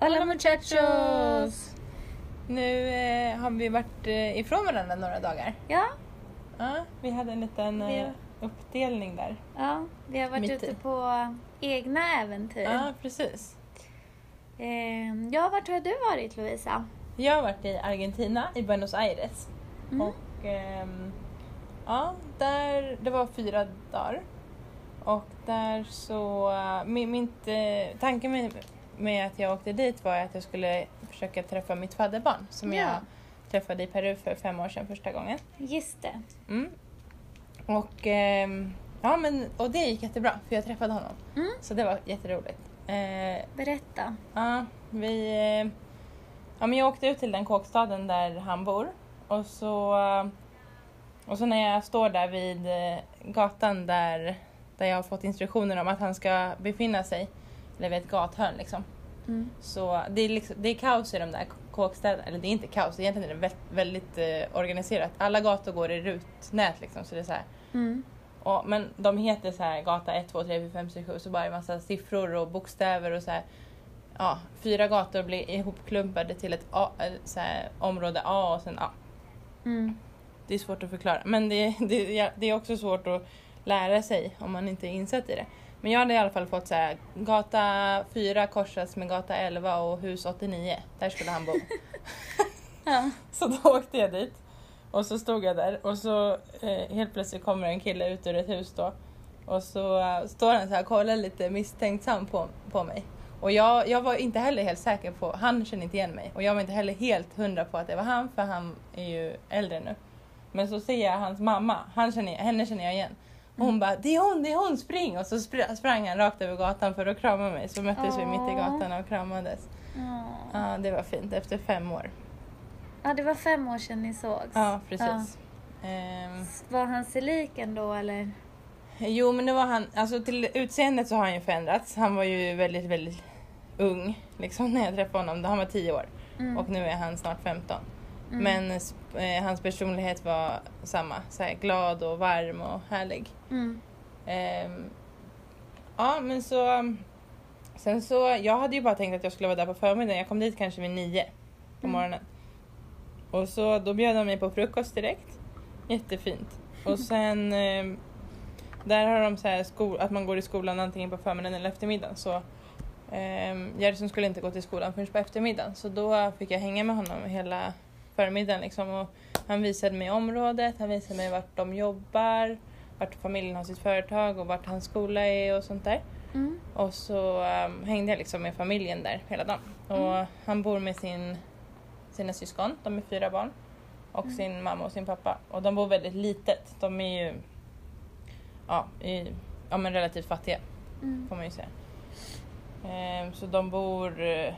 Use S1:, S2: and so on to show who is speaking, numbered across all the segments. S1: Hola muchachos!
S2: Nu eh, har vi varit eh, ifrån varandra några dagar.
S1: Ja,
S2: Ja, vi hade en liten eh,
S1: Ja.
S2: uppdelning där.
S1: ja, vi har varit
S2: Mitt i.
S1: ute på egna äventyr.
S2: Ja, precis.
S1: Ehm, ja, vart har du varit Lovisa?
S2: Jag har varit i Argentina, i Buenos Aires.
S1: Mm.
S2: Och ehm, ja, där, det var fyra dagar. Och där så, min, mitt, eh, tanken med, med att jag åkte dit var att jag skulle försöka träffa mitt fadderbarn som
S1: Ja.
S2: jag träffade i Peru för fem år sedan första gången.
S1: Just det.
S2: Mm. Och, ehm, ja, men, och det gick jättebra för jag träffade honom.
S1: Mm.
S2: Så det var jätteroligt. Eh,
S1: Berätta.
S2: Ja, vi... eh, Ja, men jag åkte ut till den kåkstaden där han bor. Och så, eh, och så när jag står där vid eh, gatan där, där jag har fått instruktioner om att han ska befinna sig, eller vid ett gathörn liksom.
S1: Mm.
S2: Så det är, liksom, det är kaos i de där kåkstäderna, eller det är inte kaos, egentligen är det vä- väldigt eh, organiserat. Alla gator går i rutnät liksom, så det är så här.
S1: Mm.
S2: Och, men de heter så här gata 1, 2, 3, 4, 5, 6, 7 så bara är det massa siffror och bokstäver och så här. Ja, fyra gator blir ihopklumpade till ett A, eh, så här, område A och sen A.
S1: Mm.
S2: Det är svårt att förklara men det, det, ja, det är också svårt att lära sig om man inte är insatt i det. Men jag hade i alla fall fått så här, gata 4 korsas med gata 11 och hus 89. Där skulle han bo.
S1: Ja.
S2: Så då åkte jag dit och så stod jag där och så eh, helt plötsligt kommer en kille ut ur ett hus då och så eh, står han så här och kollar lite misstänksam på, på mig. Och jag, jag var inte heller helt säker på, han kände inte igen mig och jag var inte heller helt hundra på att det var han för han är ju äldre nu. Men så ser jag hans mamma, han känner, henne känner jag igen. Hon bara, det är hon, det är hon, spring! Och så spr- sprang han rakt över gatan för att krama mig. Så möttes vi mitt i
S1: Åh.
S2: gatan och kramades.
S1: Ja.
S2: Ja, det var fint efter fem år.
S1: ja, det var fem år sedan ni sågs.
S2: Ja, precis. Ehm,
S1: Var han sig lik ändå eller?
S2: jo, men det var han. Alltså till utseendet så har han ju förändrats. Han var ju väldigt, väldigt ung liksom när jag träffade honom. då Han var 10 år
S1: Mm.
S2: och nu är han snart 15. Men eh, hans personlighet var samma. Så här, glad och varm och härlig.
S1: Mm.
S2: Ehm, ja, men så... um, Sen så, jag hade ju bara tänkt att jag skulle vara där på förmiddagen. Jag kom dit kanske vid nio på
S1: Mm.
S2: morgonen. Och så, då bjöd de mig på frukost direkt. Jättefint. Och sen, ehm, där har de så här sko- att man går i skolan antingen på förmiddagen eller eftermiddagen. Så um, Gerson skulle inte gå till skolan förrän på eftermiddagen. Så då fick jag hänga med honom hela förmiddagen liksom. Och han visade mig området, han visade mig vart de jobbar vart familjen har sitt företag och vart hans skola är och sånt där.
S1: Mm.
S2: Och så ehm, hängde jag liksom med familjen där hela dagen. Och
S1: Mm.
S2: han bor med sin, sina syskon, de är fyra barn. Och
S1: Mm.
S2: sin mamma och sin pappa. Och de bor väldigt litet. De är ju ja, i, ja, men relativt fattiga
S1: Mm.
S2: får man ju säga. Ehm, så de bor... eh,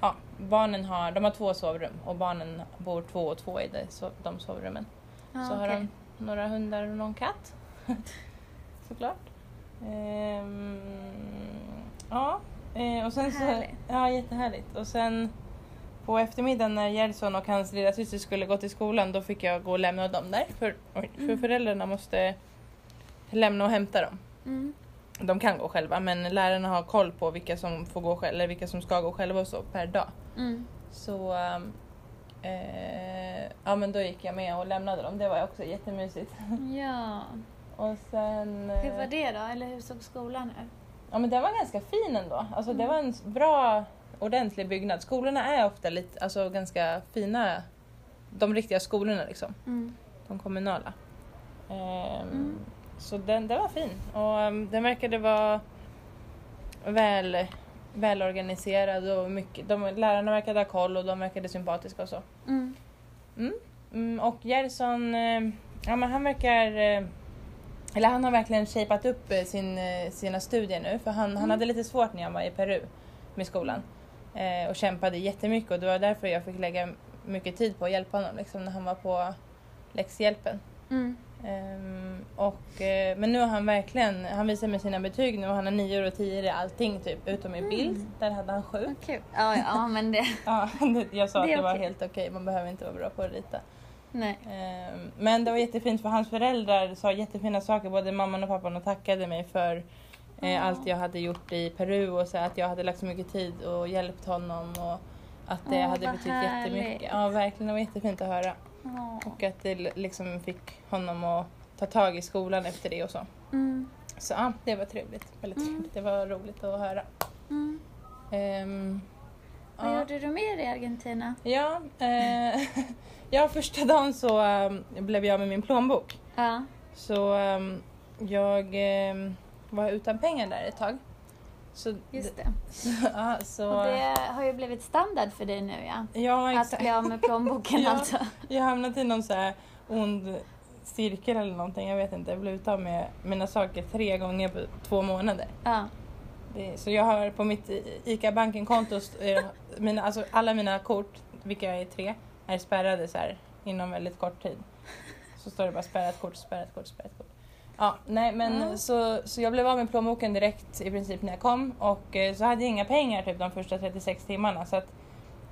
S2: ja, barnen har, de har två sovrum och barnen bor två och två i det, so- de sovrummen.
S1: Ja,
S2: Så har
S1: Ah, okej.
S2: de några hundar och någon katt. Såklart. Ehm, ja, eh, och sen så...
S1: Härligt.
S2: Ja, jättehärligt. Och sen på eftermiddagen när Gerson och hans lilla syster skulle gå till skolan då fick jag gå och lämna dem där. För, oj, för
S1: Mm.
S2: föräldrarna måste lämna och hämta dem.
S1: Mm.
S2: De kan gå själva men lärarna har koll på vilka som får gå själva eller vilka som ska gå själva och så per dag.
S1: Mm.
S2: Så ehm, eh, ja men då gick jag med och lämnade dem. Det var också jättemysigt.
S1: Ja.
S2: Och sen... eh,
S1: Hur var det då? Eller hur såg skolan ut?
S2: Ja men den var ganska fin ändå. Alltså
S1: Mm.
S2: det var en s- bra, ordentlig byggnad. Skolorna är ofta lite, alltså ganska fina. De riktiga skolorna liksom.
S1: Mm.
S2: De kommunala. Ehm,
S1: Mm.
S2: Så den, den var fin. Och ehm, den verkade vara väl, välorganiserad och mycket. De, lärarna verkade ha koll och de verkade sympatiska och så.
S1: Mm.
S2: Mm, och Gerson, eh, ja men han verkar... eh, Eller han har verkligen shapat upp eh, sin, eh, sina studier nu för han, han
S1: Mm.
S2: hade lite svårt när jag var i Peru med skolan. Eh, och kämpade jättemycket och det var därför jag fick lägga mycket tid på att hjälpa honom liksom, när han var på läxhjälpen.
S1: Mm.
S2: Ehm, och, eh, men nu har han verkligen, han visar med sina betyg nu och han har nior och tior i allting typ utom i bild,
S1: Mm.
S2: där hade han sju.
S1: Vad kul. Ja, ja, men det...
S2: Ja, det- jag sa
S1: Det är
S2: att det var
S1: okej.
S2: helt okej, man behöver inte vara bra på att rita.
S1: Nej.
S2: Ehm, Men det var jättefint för hans föräldrar sa jättefina saker, både mamman och pappan och tackade mig för eh, allt jag hade gjort i Peru och så här, att jag hade lagt så mycket tid och hjälpt honom och att det
S1: Åh,
S2: hade
S1: vad
S2: betytt
S1: härligt.
S2: jättemycket. Ja, verkligen. Det var jättefint att höra.
S1: Ja.
S2: Och att det liksom fick honom att ta tag i skolan efter det och så.
S1: Mm.
S2: Så ja, det var trevligt. Väldigt
S1: Mm.
S2: trevligt. Det var roligt att höra.
S1: Mm.
S2: Ehm,
S1: Vad gjorde du mer i Argentina?
S2: Ja, eh, ja, första dagen så eh, blev jag med min plånbok.
S1: Ja.
S2: Så eh, jag eh, var utan pengar där ett tag. Så,
S1: Just det.
S2: så, ja, så,
S1: Och det har ju blivit standard för dig nu ja.
S2: ja,
S1: Att
S2: exakt.
S1: bli av med plånboken
S2: Ja.
S1: alltså.
S2: Jag har hamnat i någon så här ond cirkel eller någonting. Jag vet inte. Jag blev utav med mina saker tre gånger på två månader.
S1: Ja.
S2: Det, så jag har på mitt I- ICA Banken-konto, st- eh, mina, alltså alla mina kort, vilka är tre, är spärrade så här inom väldigt kort tid. Så står det bara spärrat kort, spärrat kort, spärrat kort. Ja, nej men
S1: Mm.
S2: så, så jag blev av med plånboken direkt i princip när jag kom och eh, så hade jag inga pengar typ de första 36 timmarna så att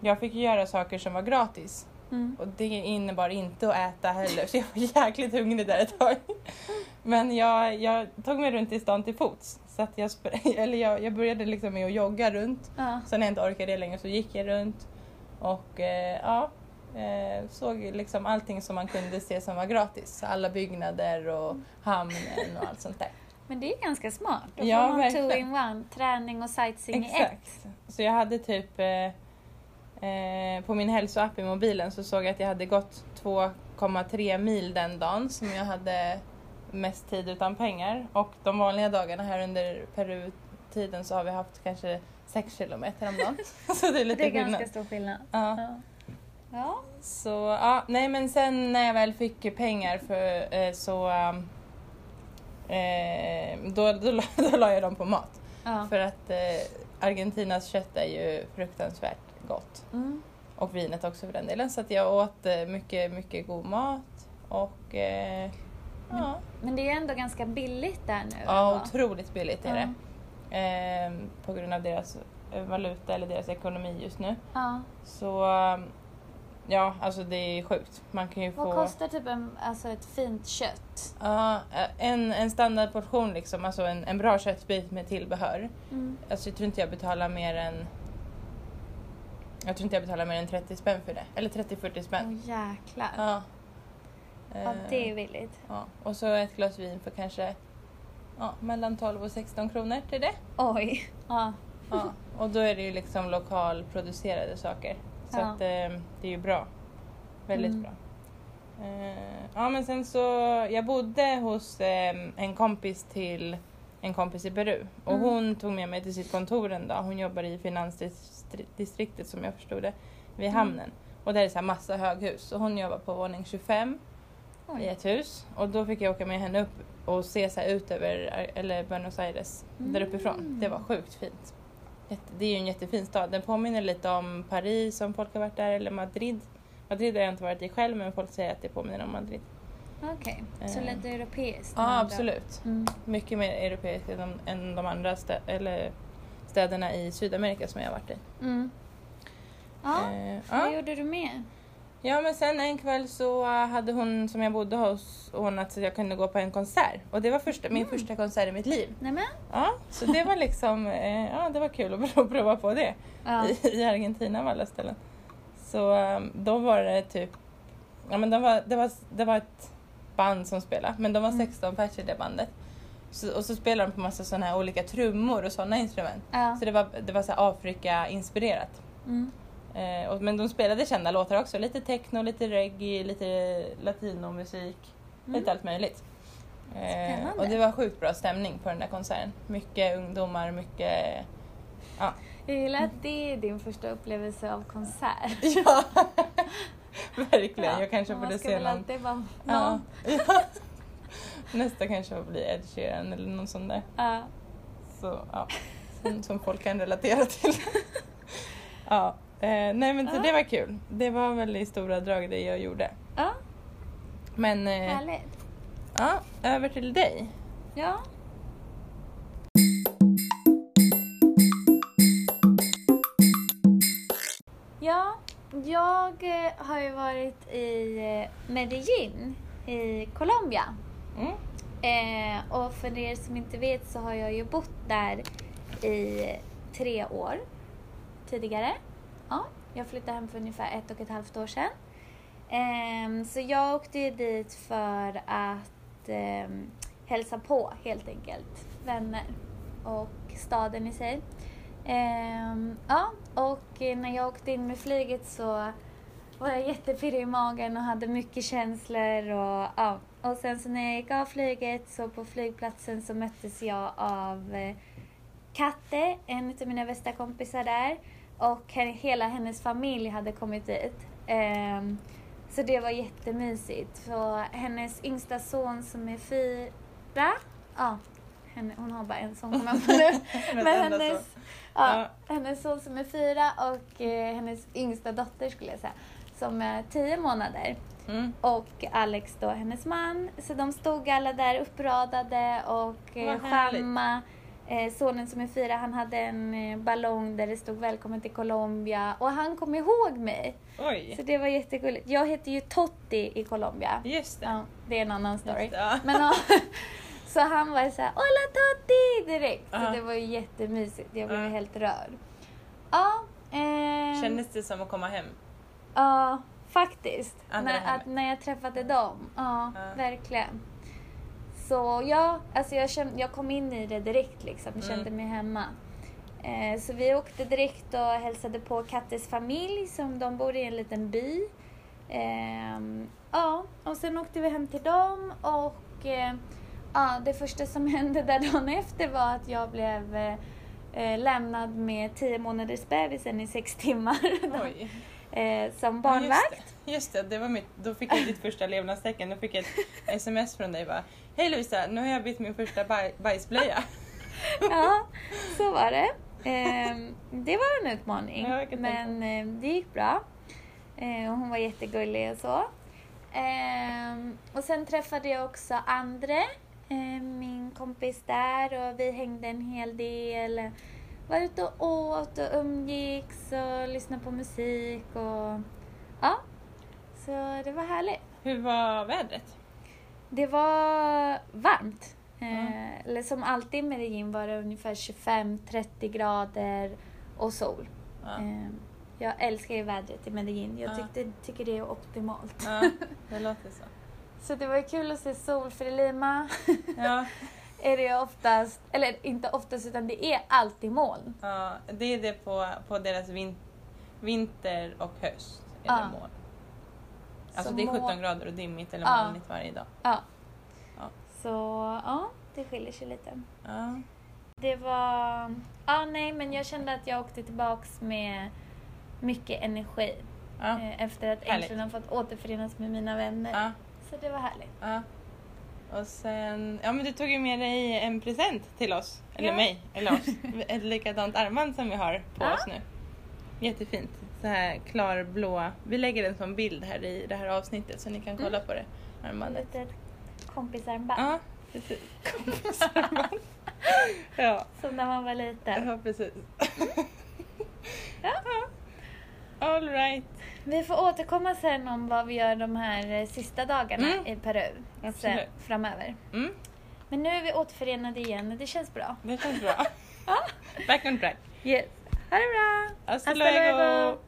S2: jag fick ju göra saker som var gratis.
S1: Mm.
S2: Och det innebar inte att äta heller så jag var jäkligt hungrig där ett tag. Men jag, jag tog mig runt i stan till fots. Så att jag, spr- eller jag, jag började liksom med att jogga runt.
S1: Ja.
S2: Sen när jag inte orkade det längre så gick jag runt. Och eh, ja, eh, såg liksom allting som man kunde se som var gratis. Alla byggnader och hamnen och allt sånt där.
S1: Men det är ganska smart. Då
S2: Ja,
S1: får man
S2: verkligen.
S1: two in one. Träning och sightseeing i ett.
S2: Exakt. Så jag hade typ eh, eh, på min hälsoapp i mobilen så såg jag att jag hade gått 2,3 mil den dagen som jag hade mest tid utan pengar. Och de vanliga dagarna här under Peru-tiden så har vi haft kanske 6 kilometer om dagen. så det är lite
S1: Det är
S2: skillnad.
S1: ganska stor skillnad.
S2: Ja.
S1: Ja. Ja.
S2: Så, ja, nej men sen när jag väl fick pengar för, eh, så um, eh, då, då, la- då la jag dem på mat.
S1: ja.
S2: För att eh, Argentinas kött är ju fruktansvärt gott.
S1: Mm.
S2: Och vinet också för den delen. Så att jag åt eh, mycket, mycket god mat. Och eh, ja,
S1: Men det är ändå ganska billigt där nu.
S2: ja,
S1: ändå.
S2: otroligt billigt är
S1: Ja.
S2: det. Ehm, på grund av deras eh, valuta eller deras ekonomi just nu.
S1: Ja.
S2: Så ja, alltså det är sjukt. Man kan ju
S1: Vad
S2: få
S1: kostar typ en, alltså ett fint kött?
S2: Ja, eh, en, en standardportion liksom, alltså en, en bra köttbit med tillbehör.
S1: Mm.
S2: Alltså jag tror inte jag betalar mer än Jag tror inte jag betalar mer än 30 spänn för det. Eller 30-40
S1: Åh
S2: spänn.
S1: jäklar. Ja.
S2: Ja. Eh,
S1: Mm. det är billigt.
S2: ja. Och så ett glas vin för kanske ja, mellan 12 och 16 kronor till det.
S1: Oj. Ja.
S2: Ja. Och då är det ju liksom lokalproducerade saker. Så
S1: Ja.
S2: att eh, det är ju bra. Väldigt
S1: Mm.
S2: bra. Eh, ja men sen så, jag bodde hos eh, en kompis till en kompis i Peru och
S1: Mm.
S2: hon tog med mig till sitt kontor en dag. Hon jobbar i finansdistriktet som jag förstod det, vid
S1: Mm.
S2: hamnen. Och där är så här massa höghus och hon jobbar på våning 25 i
S1: Oj.
S2: ett hus och då fick jag åka med henne upp och se så här ut över eller Buenos Aires där
S1: Mm.
S2: uppifrån. Det var sjukt fint. Jätte, det är ju en jättefin stad. Den påminner lite om Paris om folk har varit där eller Madrid. Madrid har jag inte varit i själv men folk säger att det påminner om Madrid.
S1: Okej. Så
S2: Eh.
S1: lite europeiskt?
S2: Ja
S1: med andra.
S2: absolut.
S1: Mm.
S2: Mycket mer europeiskt än de, än de andra stä, eller städerna i Sydamerika som jag har varit i.
S1: Mm. Ja.
S2: Eh,
S1: Vad
S2: ja.
S1: gjorde du mer?
S2: ja men sen en kväll så eh, hade hon som jag bodde hos ordnat så att jag kunde gå på en konsert. Och det var första, min
S1: Mm.
S2: första konsert i mitt liv.
S1: Nämen?
S2: Ja, så det var liksom, eh, ja det var kul att pro- prova på det
S1: Ja.
S2: i, i Argentina av alla ställen. Så eh, då var det typ, ja men de var, det, var, det var ett band som spelade, men de var
S1: Mm.
S2: 16 pers i det bandet. Så, och så spelade de på massa sådana här olika trummor och sådana instrument.
S1: Ja.
S2: Så det var, det var så här Afrika-inspirerat.
S1: Mm.
S2: Eh, och, men de spelade kända låtar också, lite techno, lite reggae, lite latinomusik.
S1: Mm.
S2: Lite allt möjligt. Eh,
S1: Spännande.
S2: och det var sjukt bra stämning på den där konserten. Mycket ungdomar, mycket... Ja.
S1: Jag gillar att det är din första upplevelse av konsert.
S2: ja. Verkligen,
S1: Ja,
S2: jag kanske
S1: men
S2: borde
S1: man ska
S2: se
S1: väl
S2: någon.
S1: alltid vara
S2: Ja.
S1: någon.
S2: Ja. Nästa kanske blir Ed Sheeran eller någon sån där.
S1: Ja.
S2: Så, ja. som, som folk kan relatera till. ja. eh, nej men så
S1: Ja.
S2: det var kul. Det var väl i stora drag det jag gjorde.
S1: Ja,
S2: Men eh,
S1: härligt.
S2: ja, över till dig.
S1: Ja. Ja, jag eh, har ju varit i eh, Medellin i Colombia.
S2: Mm.
S1: Eh, och för er som inte vet så har jag ju bott där i tre år tidigare. Ja, jag flyttade hem för ungefär ett och ett halvt år sedan. Ehm, så jag åkte ju dit för att ehm, hälsa på helt enkelt. Vänner och staden i sig. Ehm, ja, och eh, när jag åkte in med flyget så var jag jättepirrig i magen och hade mycket känslor. Och, ja. och sen så när jag gick av flyget så på flygplatsen så möttes jag av eh, Katte, en av mina bästa kompisar där. Och he- hela hennes familj hade kommit dit. Ehm, så det var jättemysigt. För hennes yngsta son som är fyra, ja, henne, hon har bara en son kommer jag på nu.
S2: Men
S1: Men
S2: ändå
S1: hennes, ja,
S2: Ja.
S1: hennes son som är fyra och eh, hennes yngsta dotter skulle jag säga, som är tio månader.
S2: Mm.
S1: Och Alex då, hennes man. Så de stod alla där uppradade och eh,
S2: Vad härligt.
S1: Shamma, eh, sonen som är fyra, han hade en eh, ballong där det stod välkommen till Colombia. Och han kom ihåg mig. Så
S2: Oj,
S1: det var jättegulligt. Jag heter ju Totti i Colombia.
S2: just det.
S1: Ja, det är en annan story.
S2: Just det, ja.
S1: Men, ja, så han var ju såhär ”Hola Totti” direkt.
S2: Ja.
S1: Så det var ju jättemysigt. Jag blev
S2: Ja.
S1: helt rörd. Ja, ehm,
S2: Kändes det som att komma hem?
S1: ja faktiskt.
S2: Andra
S1: När,
S2: hemmet.
S1: att, när jag träffade dem. Ja,
S2: Ja.
S1: verkligen. Så ja, alltså jag, kände, jag kom in i det direkt liksom. Jag
S2: Mm.
S1: kände mig hemma. Eh, så vi åkte direkt och hälsade på Kattes familj som de bor i en liten by. Ehm, ja, och sen åkte vi hem till dem och eh, ja, det första som hände där dagen efter var att jag blev eh, eh, lämnad med 10 månaders bebisen i sex timmar
S2: Oj.
S1: eh, som
S2: Ja, just
S1: barnvakt.
S2: det. Just det, det var mitt, då fick jag ditt första levnadstecken. Då fick jag ett sms från dig bara Hej Lovisa, nu har jag bytt min första baj, bajsblöja.
S1: Ja, så var det. Ehm, det var en utmaning,
S2: Ja, jag kan tänka
S1: men eh, det gick bra. Eh, och hon var jättegullig och så. Ehm, och sen träffade jag också Andre, eh, min kompis där, och vi hängde en hel del. Var ute och åt och umgicks och lyssnade på musik och ja, så det var härligt.
S2: Hur var vädret?
S1: Det var varmt. Eh,
S2: Mm.
S1: Eller som alltid med Regin var det ungefär 25-30 grader och sol.
S2: Ja.
S1: Eh, jag älskar ju vädret i Medellin. Jag
S2: Ja.
S1: tyckte, tycker det är optimalt.
S2: ja, det låter så.
S1: Så det var ju kul att se sol för i Lima
S2: Ja,
S1: är det ju oftast, eller inte oftast utan det är alltid moln.
S2: ja, det är det på, på deras vin, vinter och höst. Eller
S1: Ja.
S2: moln. Alltså
S1: Så
S2: det är
S1: moln-
S2: 17 grader och dimmigt eller
S1: Ja.
S2: molnigt varje dag.
S1: Ja.
S2: Ja.
S1: Så ja, det skiljer sig lite.
S2: Ja.
S1: Det var... Ja, nej, men jag kände att jag åkte tillbaks med mycket energi.
S2: Ja.
S1: Eh, Efter att
S2: Härligt.
S1: äntligen ha fått återförenas med mina vänner.
S2: Ja.
S1: Så det var härligt.
S2: Ja. Och sen, ja men du tog ju med dig en present till oss. Eller
S1: Ja.
S2: mig, eller oss. Ett likadant armband som vi har på
S1: Ja.
S2: oss nu. Jättefint. Så här klarblå. Vi lägger en sån bild här i det här avsnittet så ni kan kolla på det
S1: Ett
S2: armbandet.
S1: litet kompisarmband.
S2: Ja, precis. Kompisarmband. ja.
S1: Som när man var liten.
S2: ja, precis.
S1: Ja.
S2: All right.
S1: Vi får återkomma sen om vad vi gör de här eh, sista dagarna
S2: Mm.
S1: i Peru.
S2: Absolut.
S1: Sen, framöver.
S2: Mm,
S1: Men nu är vi återförenade igen och det känns bra.
S2: det känns bra. Back on track.
S1: Yes. Ha det bra!
S2: Hasta luego.